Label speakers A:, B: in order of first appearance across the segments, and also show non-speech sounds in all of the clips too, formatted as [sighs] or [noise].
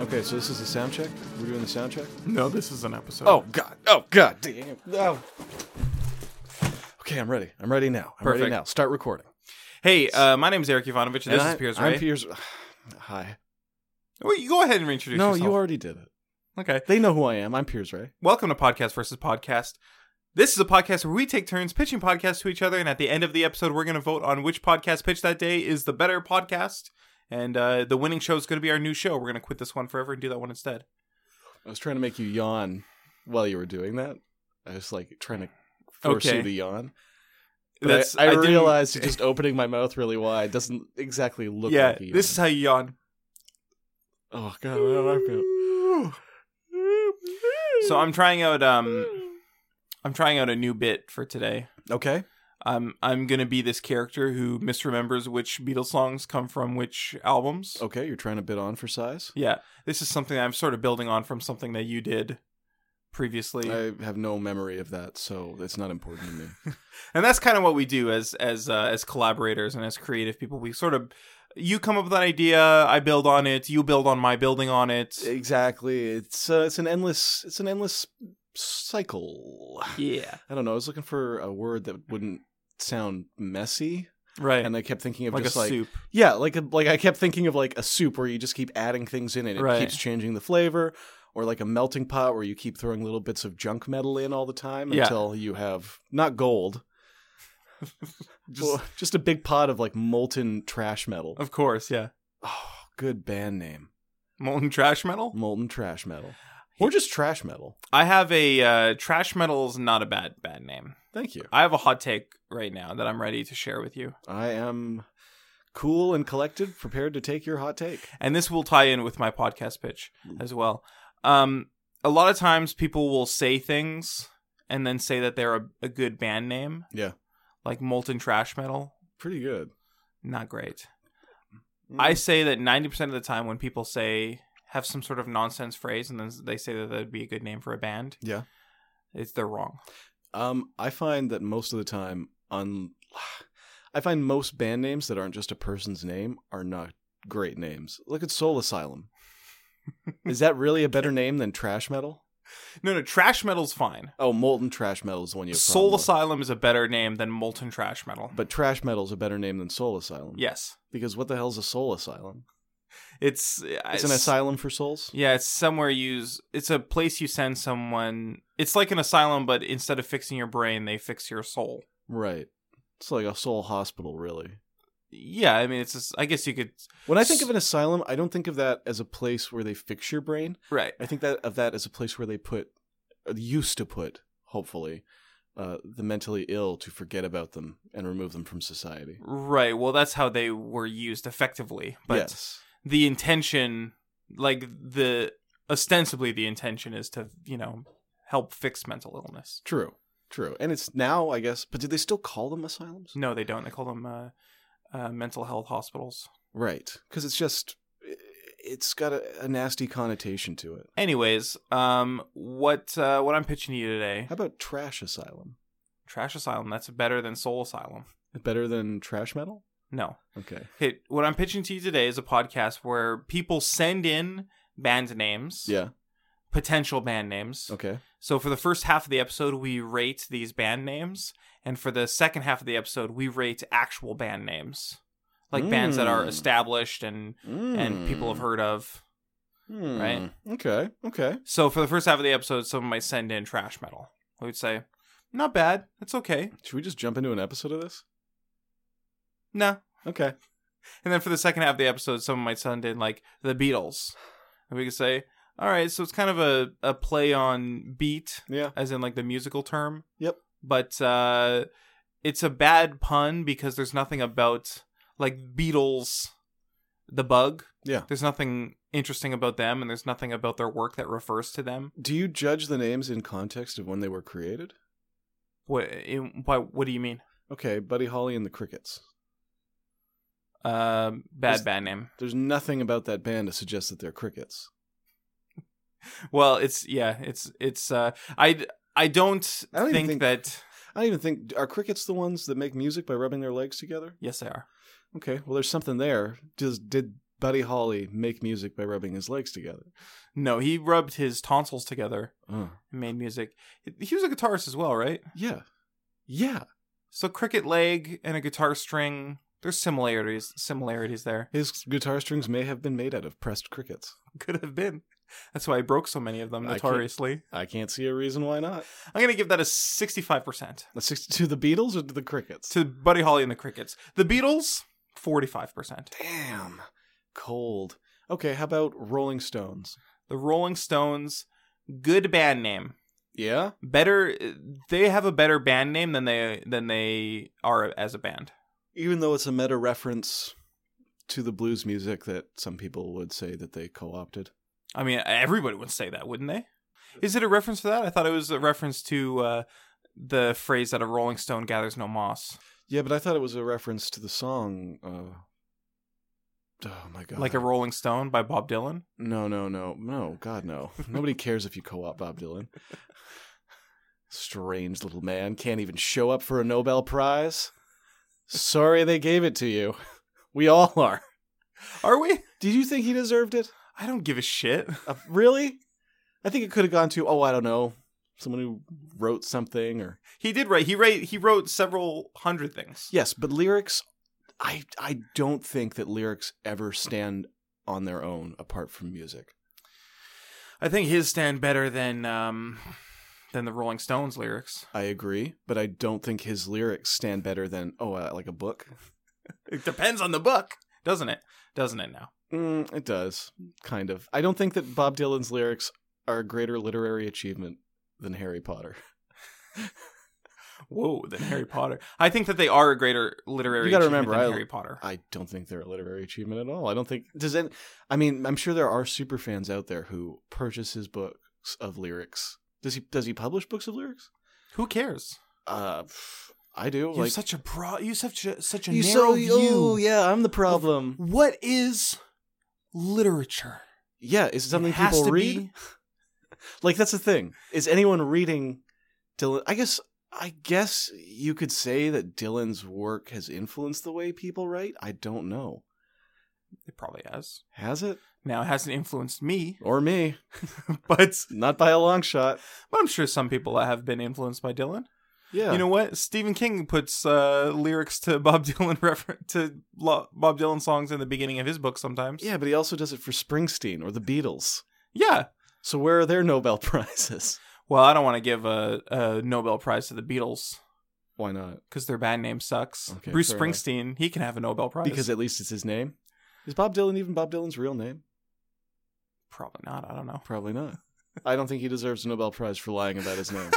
A: Okay, so this is the sound check. We're doing the sound check.
B: No, this is an episode.
A: Oh God! Oh God! Damn! Oh. Okay, I'm ready. I'm ready now. I'm
B: Perfect.
A: ready now. Start recording.
B: hey, uh, my name is Eric Ivanovich. and This
A: And
B: is
A: I-
B: Piers
A: I'm
B: Ray.
A: Piers. [sighs] Hi.
B: Wait, you go ahead and reintroduce
A: No,
B: yourself.
A: you already did it.
B: Okay.
A: They know who I am. I'm Piers Ray.
B: Welcome to Podcast versus Podcast. This is a podcast where we take turns pitching podcasts to each other, and at the end of the episode, we're going to vote on which podcast pitch that day is the better podcast. And uh, the winning show is going to be our new show. We're going to quit this one forever and do that one instead.
A: I was trying to make you yawn while you were doing that. I was like trying to force
B: Okay.
A: you to yawn. But
B: That's
A: I, I,
B: didn't-
A: realized
B: [laughs]
A: that just opening my mouth really wide doesn't exactly look
B: Yeah,
A: like a yawn.
B: this is how you yawn.
A: Oh god, I don't like it.
B: [laughs] So I'm trying out um I'm trying out a new bit for today.
A: Okay.
B: I'm I'm gonna be this character who misremembers which Beatles songs come from which albums.
A: Okay, you're trying to bid on for size?
B: Yeah, this is something I'm sort of building on from something that you did previously,
A: I have no memory of that, so it's not important to me.
B: and that's kind of what we do as as uh, as collaborators and as creative people. We sort of you come up with an idea, I build on it, you build on my building on it.
A: Exactly. It's uh, it's an endless it's an endless cycle.
B: Yeah,
A: I don't know. I was looking for a word that wouldn't sound messy,
B: right.
A: and I kept thinking of
B: like a
A: just like
B: soup.
A: yeah, like a, like I kept thinking of like a soup where you just keep adding things in and it
B: Right.
A: keeps changing the flavor, or like a melting pot where you keep throwing little bits of junk metal in all the time
B: Yeah.
A: until you have not
B: [laughs]
A: gold,
B: Just,
A: well, just a big pot of like molten trash metal.
B: of course, yeah.
A: Oh, good band name,
B: Molten trash metal.
A: molten trash
B: [sighs]
A: metal, or just trash metal.
B: I have a uh, trash metal's not a bad bad name.
A: Thank you.
B: I have a hot take right now that I'm ready to share with you.
A: I am cool and collected, prepared to take your hot take.
B: and this will tie in with my podcast pitch
A: Mm.
B: as well. Um, a lot of times people will say things and then say that they're a, a good band name.
A: Yeah.
B: Like Molten Trash Metal.
A: Pretty good.
B: Not great.
A: Mm.
B: I say that 90% of the time when people say, have some sort of nonsense phrase and then they say that that'd be a good name for a band,
A: yeah.
B: it's they're wrong.
A: Um, I find that most of the time, un- [sighs] I find most band names that aren't just a person's name are not great names. Look at Soul Asylum. Is that really a better name than Trash Metal?
B: No, no, Trash Metal's fine.
A: Oh, Molten Trash Metal is the one you have a
B: Soul
A: problem with.
B: Asylum is a better name than Molten Trash Metal.
A: But Trash Metal is a better name than Soul Asylum.
B: Yes.
A: Because what the hell's a Soul Asylum?
B: It's
A: It's an asylum for souls?
B: Yeah, it's somewhere you s- it's a place you send someone. It's like an asylum, but instead of fixing your brain, they fix your soul.
A: Right. It's like a soul hospital, really.
B: Yeah, I mean, it's just, I guess you could
A: When I think of an asylum, I don't think of that as a place where they fix your brain.
B: right.
A: I think that of that as a place where they put, uh, used to put, hopefully, uh, the mentally ill to forget about them and remove them from society.
B: Right. Well, that's how they were used effectively, but
A: yes,
B: the intention like the ostensibly the intention is to, you know, help fix mental illness.
A: true, true. And it's now, I guess. But do they still call them asylums?
B: No, they don't. They call them uh, uh, mental health hospitals.
A: Right, because it's just, i- it's got a, a nasty connotation to it.
B: Anyways, um what uh what I'm pitching you today,
A: How about trash asylum?
B: Trash Asylum, that's better than Soul Asylum.
A: Better than trash metal?
B: No.
A: Okay.
B: Okay, what I'm pitching to you today is a podcast where people send in band names,
A: Yeah.
B: potential band names.
A: Okay.
B: So for the first half of the episode, we rate these band names, and for the second half of the episode, we rate actual band names, like bands that are
A: Mm.
B: established and and people have heard of.
A: Hmm.
B: right?
A: Okay. Okay.
B: So for the first half of the episode, someone might send in trash metal. We would say, not bad, it's okay,
A: Should we just jump into an episode of this?
B: nah.
A: Okay.
B: And then for the second half of the episode, someone might send in like the Beatles, and we could say, all right, so it's kind of a a play on beat,
A: Yeah.
B: as in like the musical term.
A: Yep.
B: But uh, it's a bad pun because there's nothing about like Beatles, the bug.
A: Yeah.
B: There's nothing interesting about them, and there's nothing about their work that refers to them.
A: Do you judge the names in context of when they were created?
B: What? In, why, what do you mean?
A: Okay, Buddy Holly and the Crickets.
B: Um, bad,
A: Is-
B: bad name.
A: There's nothing about that band to suggest that they're crickets.
B: Well, it's yeah, it's it's. Uh, I I don't,
A: I don't even
B: think,
A: think-
B: that.
A: I don't even think are crickets the ones that make music by rubbing their legs together.
B: Yes, they are.
A: Okay, well, there's something there. Does did Buddy Holly make music by rubbing his legs together.
B: No, he rubbed his tonsils together
A: Oh.
B: and made music. He was a guitarist as well, right?
A: Yeah. Yeah.
B: So cricket leg and a guitar string. There's similarities similarities there. [laughs]
A: His guitar strings may have been made out of pressed crickets.
B: Could have been. That's why I broke so many of them
A: I can't-
B: notoriously.
A: I can't see a reason why not.
B: I'm gonna give that a sixty-five percent.
A: That's just- To the Beatles or to the crickets?
B: To Buddy Holly and the Crickets. The Beatles, forty-five percent.
A: Damn. Cold. Okay, how about Rolling Stones?
B: The Rolling Stones, good band name.
A: Yeah?
B: Better they have a better band name than they than they are as a band.
A: Even though it's a meta reference to the blues music that some people would say that they co opted.
B: I mean, everybody would say that, wouldn't they? Is it a reference to that? I thought it was a reference to uh, the phrase that a Rolling Stone gathers no moss,
A: Yeah, but I thought it was a reference to the song. Uh... Oh my god!
B: like a Rolling Stone by Bob Dylan.
A: no, no, no, no, God,
B: [laughs]
A: no. Nobody cares if you co-op Bob Dylan. Strange little man can't even show up for a Nobel Prize. Sorry, they gave it to you. We all are.
B: Are we?
A: Did you think he deserved it?
B: I don't give a shit. [laughs]
A: Uh, really? I think it could have gone to oh, I don't know, someone who wrote something or
B: He did write. He write. He wrote several hundred things.
A: Yes, but lyrics, I I don't think that lyrics ever stand on their own apart from music.
B: I think his stand better than um than the Rolling Stones lyrics.
A: I agree, but I don't think his lyrics stand better than oh, uh, like a book.
B: It depends on the book, doesn't it? Doesn't it now?
A: Mm, it does, kind of. I don't think that Bob Dylan's lyrics are a greater literary achievement than Harry Potter.
B: Whoa,
A: [laughs]
B: than Harry Potter. I think that they are a greater literary.
A: You gotta
B: achievement
A: remember, I-
B: than Harry Potter.
A: I don't think they're a literary achievement at all. I don't think does it. I mean, I'm sure there are super fans out there who purchase his books of lyrics. Does he does he publish books of lyrics?
B: Who cares?
A: Uh, pff, I do.
B: You
A: like
B: have such a broad. You have such a such a
A: You
B: narrow
A: so
B: view.
A: oh yeah, I'm the problem.
B: What is literature?
A: Yeah, is it something
B: It has
A: people
B: to
A: read?
B: be-
A: Like that's the thing. Is anyone reading Dylan? I guess I guess you could say that Dylan's work has influenced the way people write. I don't know.
B: it probably has.
A: Has it
B: Now it hasn't influenced me, [laughs]
A: or me?
B: but
A: Not by a long shot.
B: but I'm sure some people have been influenced by Dylan.
A: Yeah,
B: You know what? Stephen King puts uh, lyrics to Bob [laughs] Dylan refer- to lo- Bob Dylan songs in the beginning of his book sometimes.
A: Yeah, but he also does it for Springsteen or the Beatles.
B: Yeah.
A: So where are their Nobel [laughs] prizes?
B: Well, I don't want to give a, a Nobel Prize to the Beatles
A: Why not?
B: because their band name sucks.
A: Okay,
B: Bruce
A: fair enough.
B: Springsteen, he can have a Nobel Prize.
A: Because at least it's his name. Is Bob Dylan even Bob Dylan's real name?
B: probably not. I don't know. [laughs]
A: Probably not. [laughs] I don't think he deserves a Nobel Prize for lying about his [laughs] name.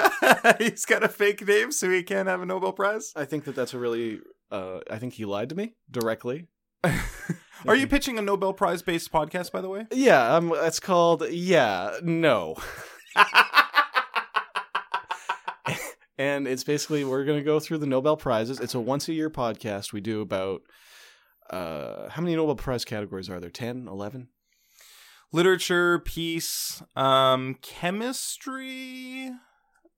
B: He's got a fake name, so he can't have a Nobel Prize.
A: I think that that's a really. Uh, I think he lied to me [laughs] directly.
B: Are you pitching a Nobel Prize based podcast, by the way?
A: Yeah, um, it's called Yeah No, and it's basically we're gonna go through the Nobel prizes. It's a once a year podcast. We do about uh, how many Nobel Prize categories are there? 10, 11?
B: literature, peace, um, chemistry,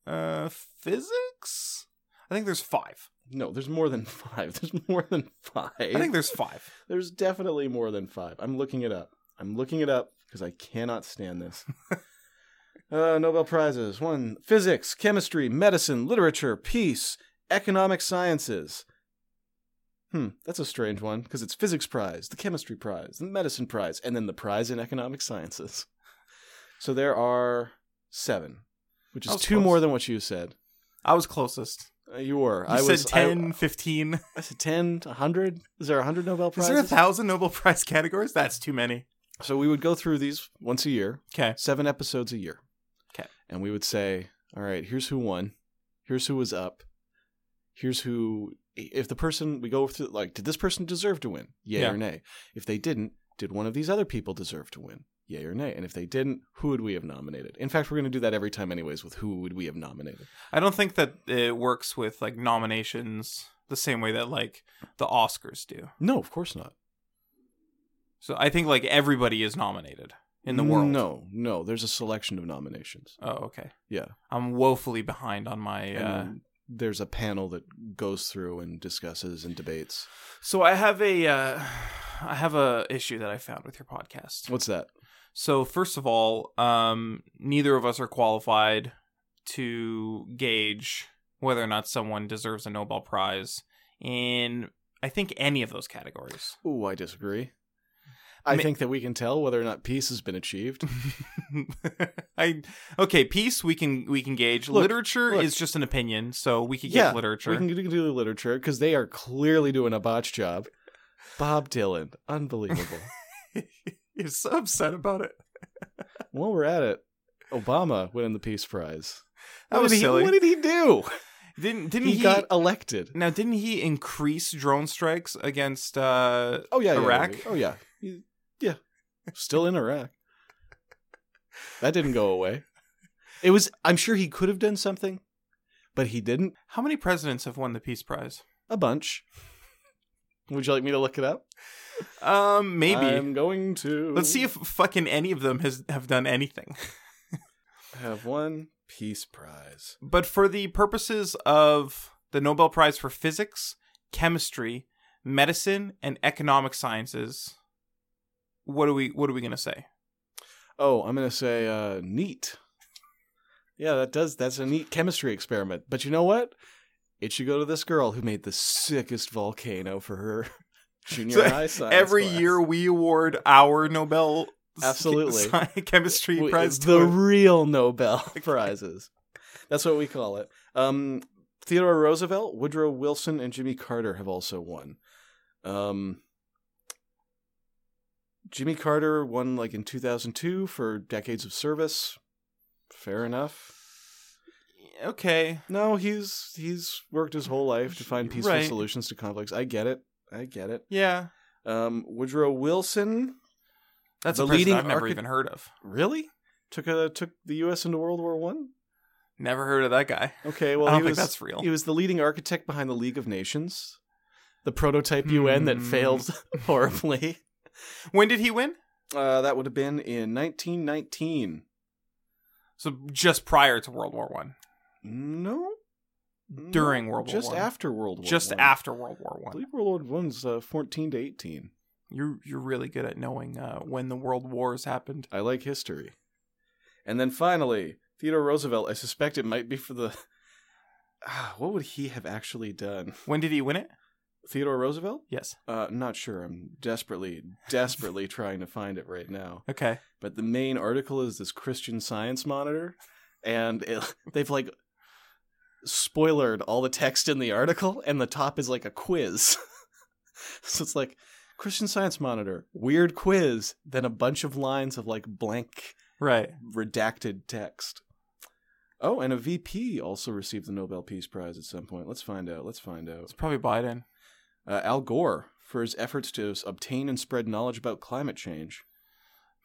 B: uh, physics. I think there's five.
A: No, there's more than [laughs] five. There's more than five.
B: I think there's five.
A: there's definitely more than five. I'm looking it up. I'm looking it up because I cannot stand
B: [laughs]
A: this. uh, Nobel prizes: one, physics, chemistry, medicine, literature, peace, economic sciences. Hmm, that's a strange one because it's physics prize, the chemistry prize, the medicine prize, and then the prize in economic sciences. So there are seven, which
B: That
A: is
B: was
A: two
B: close.
A: more than what you said.
B: I was closest.
A: Uh, you were.
B: You
A: I
B: said
A: was I-
B: ten, fifteen. 10, 15.
A: I, said ten, a hundred. Is there a hundred Nobel
B: Is
A: prizes?
B: there a thousand Nobel Prize categories? That's too many.
A: so we would go through these once a year.
B: Okay.
A: seven episodes a year.
B: 'Kay.
A: And we would say, all right, here's who won, here's who was up, here's who. If the person we go through, like, did this person deserve to win? Yay
B: Yeah.
A: or nay. If they didn't, did one of these other people deserve to win? Yay or nay. And if they didn't, who would we have nominated? In fact, we're going to do that every time, anyways, with who would we have nominated?
B: I don't think that it works with like nominations the same way that like the Oscars do.
A: No, of course not.
B: So I think like everybody is nominated in the world.
A: No, no. There's a selection of nominations.
B: Oh, okay.
A: Yeah.
B: I'm woefully behind on my uh,
A: And there's a panel that goes through and discusses and debates.
B: So I have a uh, [sighs] I have a issue that I found with your podcast.
A: What's that?
B: So first of all, um, neither of us are qualified to gauge whether or not someone deserves a Nobel Prize in I think any of those categories. [laughs]
A: Ooh, I disagree. I
B: Ma-
A: think that we can tell whether or not peace has been
B: [laughs]
A: achieved.
B: I okay, peace we can we can gauge.
A: Look,
B: literature
A: look.
B: is just an opinion, so we could
A: Yeah,
B: get literature.
A: We can do do literature because they are clearly doing a botch job. Bob Dylan,
B: [laughs]
A: unbelievable.
B: You're [laughs] so upset about it.
A: While we're at it, Obama winning the Peace Prize.
B: That
A: What
B: was
A: did he-
B: silly.
A: what did he do?
B: Didn't [laughs] didn't
A: He,
B: he,
A: got elected.
B: now? Didn't he increase drone strikes against? uh
A: Oh yeah, yeah, yeah,
B: Iraq?
A: yeah. Oh yeah, He- yeah. Still in Iraq. That didn't go away. It was. I'm sure he could have done something, but he didn't.
B: How many presidents have won the Peace Prize?
A: A bunch. Would you like me to look it up?
B: Um, maybe.
A: I'm going to.
B: Let's see if fucking any of them has have done anything.
A: have one Peace Prize.
B: But for the purposes of the Nobel Prize for Physics, Chemistry, Medicine, and Economic Sciences, what are we what are we gonna say?
A: Oh, I'm gonna say uh, neat. Yeah, that does. That's a neat chemistry experiment. But you know what? It should go to this girl who made the sickest volcano for her [laughs] junior
B: So,
A: high science.
B: Every
A: class.
B: year we award our Nobel
A: Absolutely.
B: [laughs] Sci- chemistry
A: We-
B: prize
A: the
B: to-
A: real
B: [laughs]
A: Nobel prizes. That's what we call it. Um, Theodore Roosevelt, Woodrow Wilson, and Jimmy Carter have also won. Um, Jimmy Carter won like in 2002 for decades of service. Fair enough.
B: okay.
A: No, he's he's worked his whole life to find peaceful
B: Right.
A: solutions to conflicts. I get it. I get it.
B: Yeah.
A: Um, Woodrow Wilson
B: That's
A: The
B: a president
A: leading
B: I've never
A: archi-
B: even heard of.
A: really took a, took the U.S. into World War One.
B: Never heard of that guy.
A: Okay, well
B: I don't
A: he was
B: think that's real.
A: he was the leading architect behind the League of Nations, the prototype UN that
B: Hmm.
A: failed [laughs] horribly.
B: When did he win?
A: Uh, that would have been in 1919.
B: So just prior to World War One.
A: No, No,
B: During World War
A: just
B: One.
A: after World War,
B: Just
A: One.
B: after World War
A: I
B: One.
A: believe World War One's uh, 14 to 18.
B: You're you're really good at knowing uh, when the world wars happened.
A: I like history. And then finally, Theodore Roosevelt, I suspect it might be for the. Ah, what would he have actually done?
B: When did he win it?
A: Theodore Roosevelt?
B: Yes.
A: Uh, I'm not sure. I'm desperately, desperately trying to find it right now.
B: Okay.
A: But the main article is this Christian Science Monitor, and it, [laughs] they've like spoilered all the text in the article, and the top is like a quiz. [laughs] so it's like Christian Science Monitor, weird quiz, then a bunch of lines of like blank
B: Right.
A: redacted text. Oh, and a VP also received the Nobel Peace Prize at some point. Let's find out. Let's find out.
B: It's probably Biden.
A: Uh, Al Gore for his efforts to s- obtain and spread knowledge about climate change.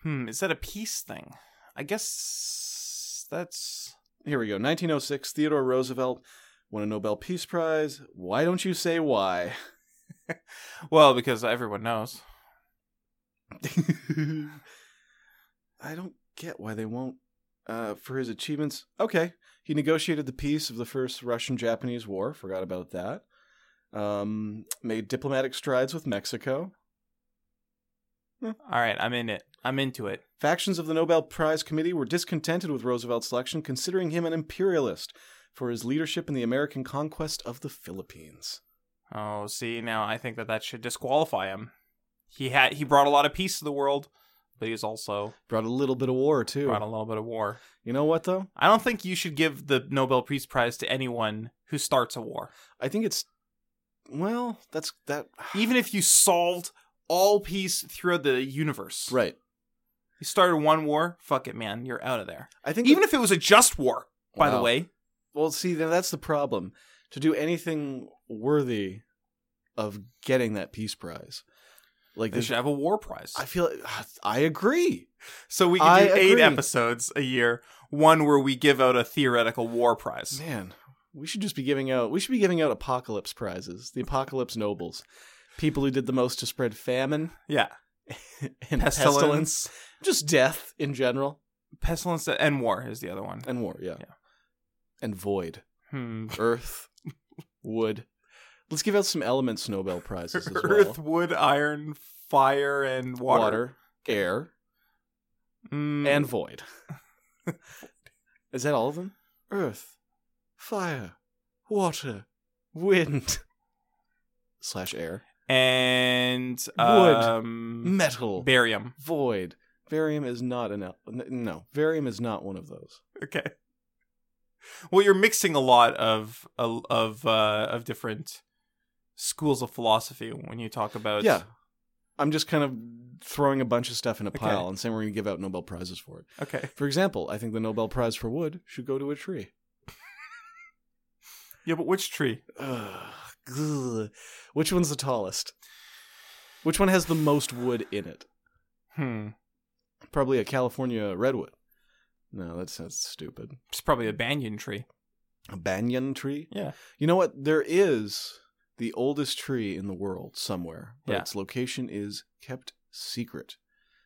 B: Hmm. Is that a peace thing? I guess that's
A: Here we go. 1906, Theodore Roosevelt won a Nobel Peace Prize. Why don't you say
B: [laughs]
A: why?
B: well because everyone knows.
A: I don't get why they won't. Uh, for his achievements, okay, he negotiated the peace of the first Russian-Japanese War. Forgot about that. Um, made diplomatic strides with Mexico.
B: All right. I'm in it. I'm into it.
A: Factions of the Nobel Prize Committee were discontented with Roosevelt's selection, considering him an imperialist for his leadership in the American conquest of the Philippines.
B: Oh, see now I think that that should disqualify him. He had he brought a lot of peace to the world, but he's also
A: Brought a little bit of war too.
B: brought a little bit of war.
A: You know what though?
B: I don't think you should give the Nobel Peace Prize to anyone who starts a war.
A: I think it's well, that's that
B: even if you solved all peace throughout the universe.
A: right.
B: You started one war, fuck it, man. You're out of there.
A: I think
B: Even if it was a just war, by the
A: Wow.
B: way.
A: Well, see, now that's the problem. To do anything worthy of getting that peace prize, like
B: They
A: this,
B: should have a war prize.
A: I feel I agree.
B: so we could do
A: I
B: eight
A: agree.
B: episodes a year, one where we give out a theoretical war prize.
A: Man, we should just be giving out. We should be giving out apocalypse prizes, the apocalypse nobles, people who did the most to spread famine [laughs]
B: Yeah.
A: and pestilence,
B: Pestilence.
A: just death in general,
B: Pestilence and war is the other one.
A: and war. Yeah,
B: Yeah.
A: [laughs] and void,
B: Hmm.
A: earth, wood. Let's give out some element Nobel prizes as well.
B: Earth, wood, iron, fire, and water.
A: air,
B: Mm,
A: and
B: [laughs]
A: void. Is that all of them? Earth, fire, water, wind, [laughs] slash air,
B: and
A: Wood.
B: um,
A: metal,
B: barium.
A: void. Varium is not an el- n- no. Varium is not one of those.
B: [laughs] Okay. Well, you're mixing a lot of of uh, of different schools of philosophy when you talk about
A: Yeah, I'm just kind of throwing a bunch of stuff in a
B: Okay.
A: pile and saying we're going to give out Nobel prizes for it.
B: Okay.
A: For example, I think the Nobel Prize for wood should go to a tree.
B: Yeah, but which tree?
A: Ugh, grr. Which one's the tallest? Which one has the most wood in it?
B: Hmm.
A: Probably a California redwood. No, that sounds stupid.
B: It's probably a banyan tree.
A: A banyan tree?
B: Yeah.
A: You know what? There is the oldest tree in the world somewhere, but
B: Yeah.
A: its location is kept secret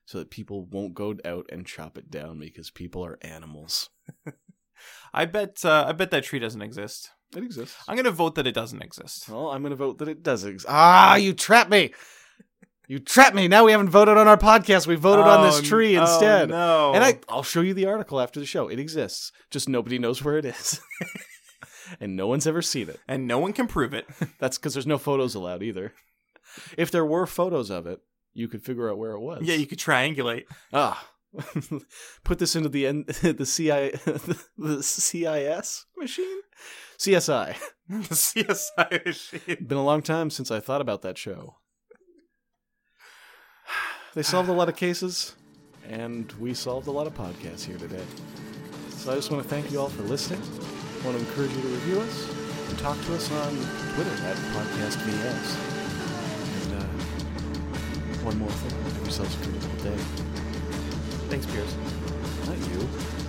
A: so that people won't go out and chop it down because people are animals.
B: I bet. Uh, I bet that tree doesn't exist.
A: It exists.
B: I'm gonna vote that it doesn't exist.
A: Well, I'm going to vote that it does exist. Ah, you trapped me. You trapped me. Now we haven't voted on our podcast. We voted on
B: Oh,
A: this tree
B: oh,
A: instead.
B: no.
A: And I, I'll show you the article after the show. It exists. Just nobody knows where it is. [laughs] and no one's ever seen it.
B: and no one can
A: [laughs]
B: prove it.
A: That's because there's no photos allowed either. If there were photos of it, you could figure out where it was.
B: yeah, you could triangulate. [laughs]
A: ah. [laughs] Put this into the N- [laughs] the CI the CIS machine, CSI.
B: the CSI
A: [laughs]
B: machine.
A: Been a long time since I thought about that show. They solved a lot of cases, and we solved a lot of podcasts here today. So I just want to thank you all for listening. I want to encourage you to review us and talk to us on Twitter at PodcastVS. And uh, one more thing, have yourselves a beautiful day.
B: Thanks, Pierce.
A: Not you.